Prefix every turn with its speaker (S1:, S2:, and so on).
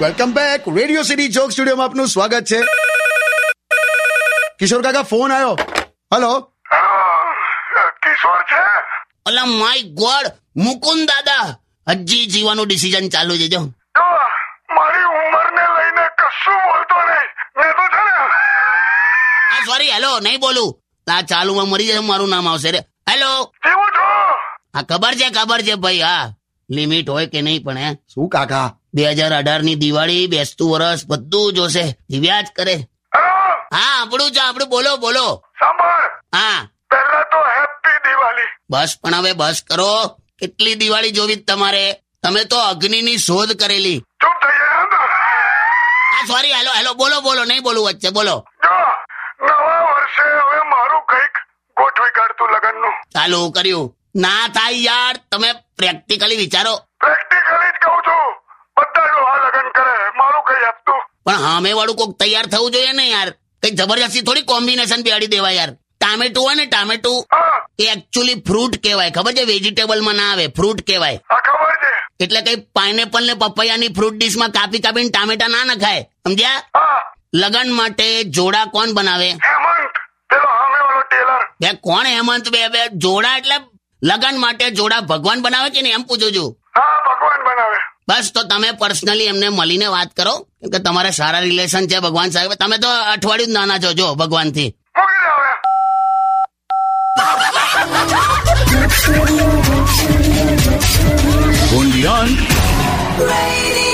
S1: Welcome back radio city joke સ્ટુડિયોમાં આપનું સ્વાગત છે કિશોર કાકા ફોન આવ્યો હલો
S2: હેલો કિશોર છે
S3: ઓલા માય ગોડ મુકુંદ દાદા હજી જીવાનું ડિસિઝન ચાલુ છે જો
S2: જો મારી ઉંમરને લઈને કશું બોલતો નહીં મેં તો છે ને
S3: આ સોરી હેલો નહીં બોલું આ ચાલુમાં મરી જશે મારું નામ આવશે રે હેલો
S2: જીવું છું
S3: હા ખબર છે ખબર છે ભાઈ હા લિમિટ હોય કે નહીં પણ હે
S1: શું કાકા
S3: બે હજાર અઢાર ની દિવાળી બેસતું વરસ બધું જોશે દિવ્યા જ કરે
S2: હેલો
S3: હા આપણું જ આપણું બોલો બોલો
S2: સાંભળ
S3: હા
S2: પહેલા તો હેપી દિવાળી
S3: બસ પણ હવે બસ કરો કેટલી દિવાળી જોવી જ તમારે તમે તો અગ્નિની શોધ કરેલી
S2: ચૂપ થઈ જાય એમ?
S3: આ સોરી હેલો હેલો બોલો બોલો નહીં બોલું વચ્ચે બોલો
S2: જો નવા વર્ષે હવે મારું કંઈક ગોઠવી કાઢતું લગ્નનું
S3: ચાલુ કર્યું ના થાય યાર તમે પ્રેક્ટિકલી વિચારો
S2: પ્રેક્ટિકલી જ કહું છું બધા જો આ લગ્ન કરે મારું કઈ આપતું
S3: પણ હામે વાળું કોક તૈયાર થવું જોઈએ ને યાર કઈ જબરજસ્તી થોડી કોમ્બિનેશન બેડી દેવાય યાર ટામેટું હોય ને ટામેટું
S2: હા
S3: એ એકચ્યુઅલી ફ્રૂટ કહેવાય ખબર છે વેજીટેબલમાં ના આવે ફ્રૂટ કહેવાય
S2: આ ખબર છે
S3: એટલે કઈ પાઇનેપલ ને પપૈયાની ફ્રૂટ ડીશમાં કાપી કાપીને ટામેટા ના નખાય સમજ્યા
S2: હા
S3: લગન માટે જોડા કોણ બનાવે
S2: હેમંત પેલો હામે વાળો ટેલર
S3: બે કોણ હેમંત બે બે જોડા એટલે લગન માટે જોડા ભગવાન બનાવે કે નહીં એમ પૂછું છું
S2: હા ભગવાન બનાવે
S3: બસ તો તમે પર્સનલી એમને મળીને વાત કરો કેમ કે તમારા સારા રિલેશન છે ભગવાન સાહેબ તમે તો અઠવાડિયું જ નાના છો જો ભગવાનથી
S2: મૂકી દે હવે
S4: Radio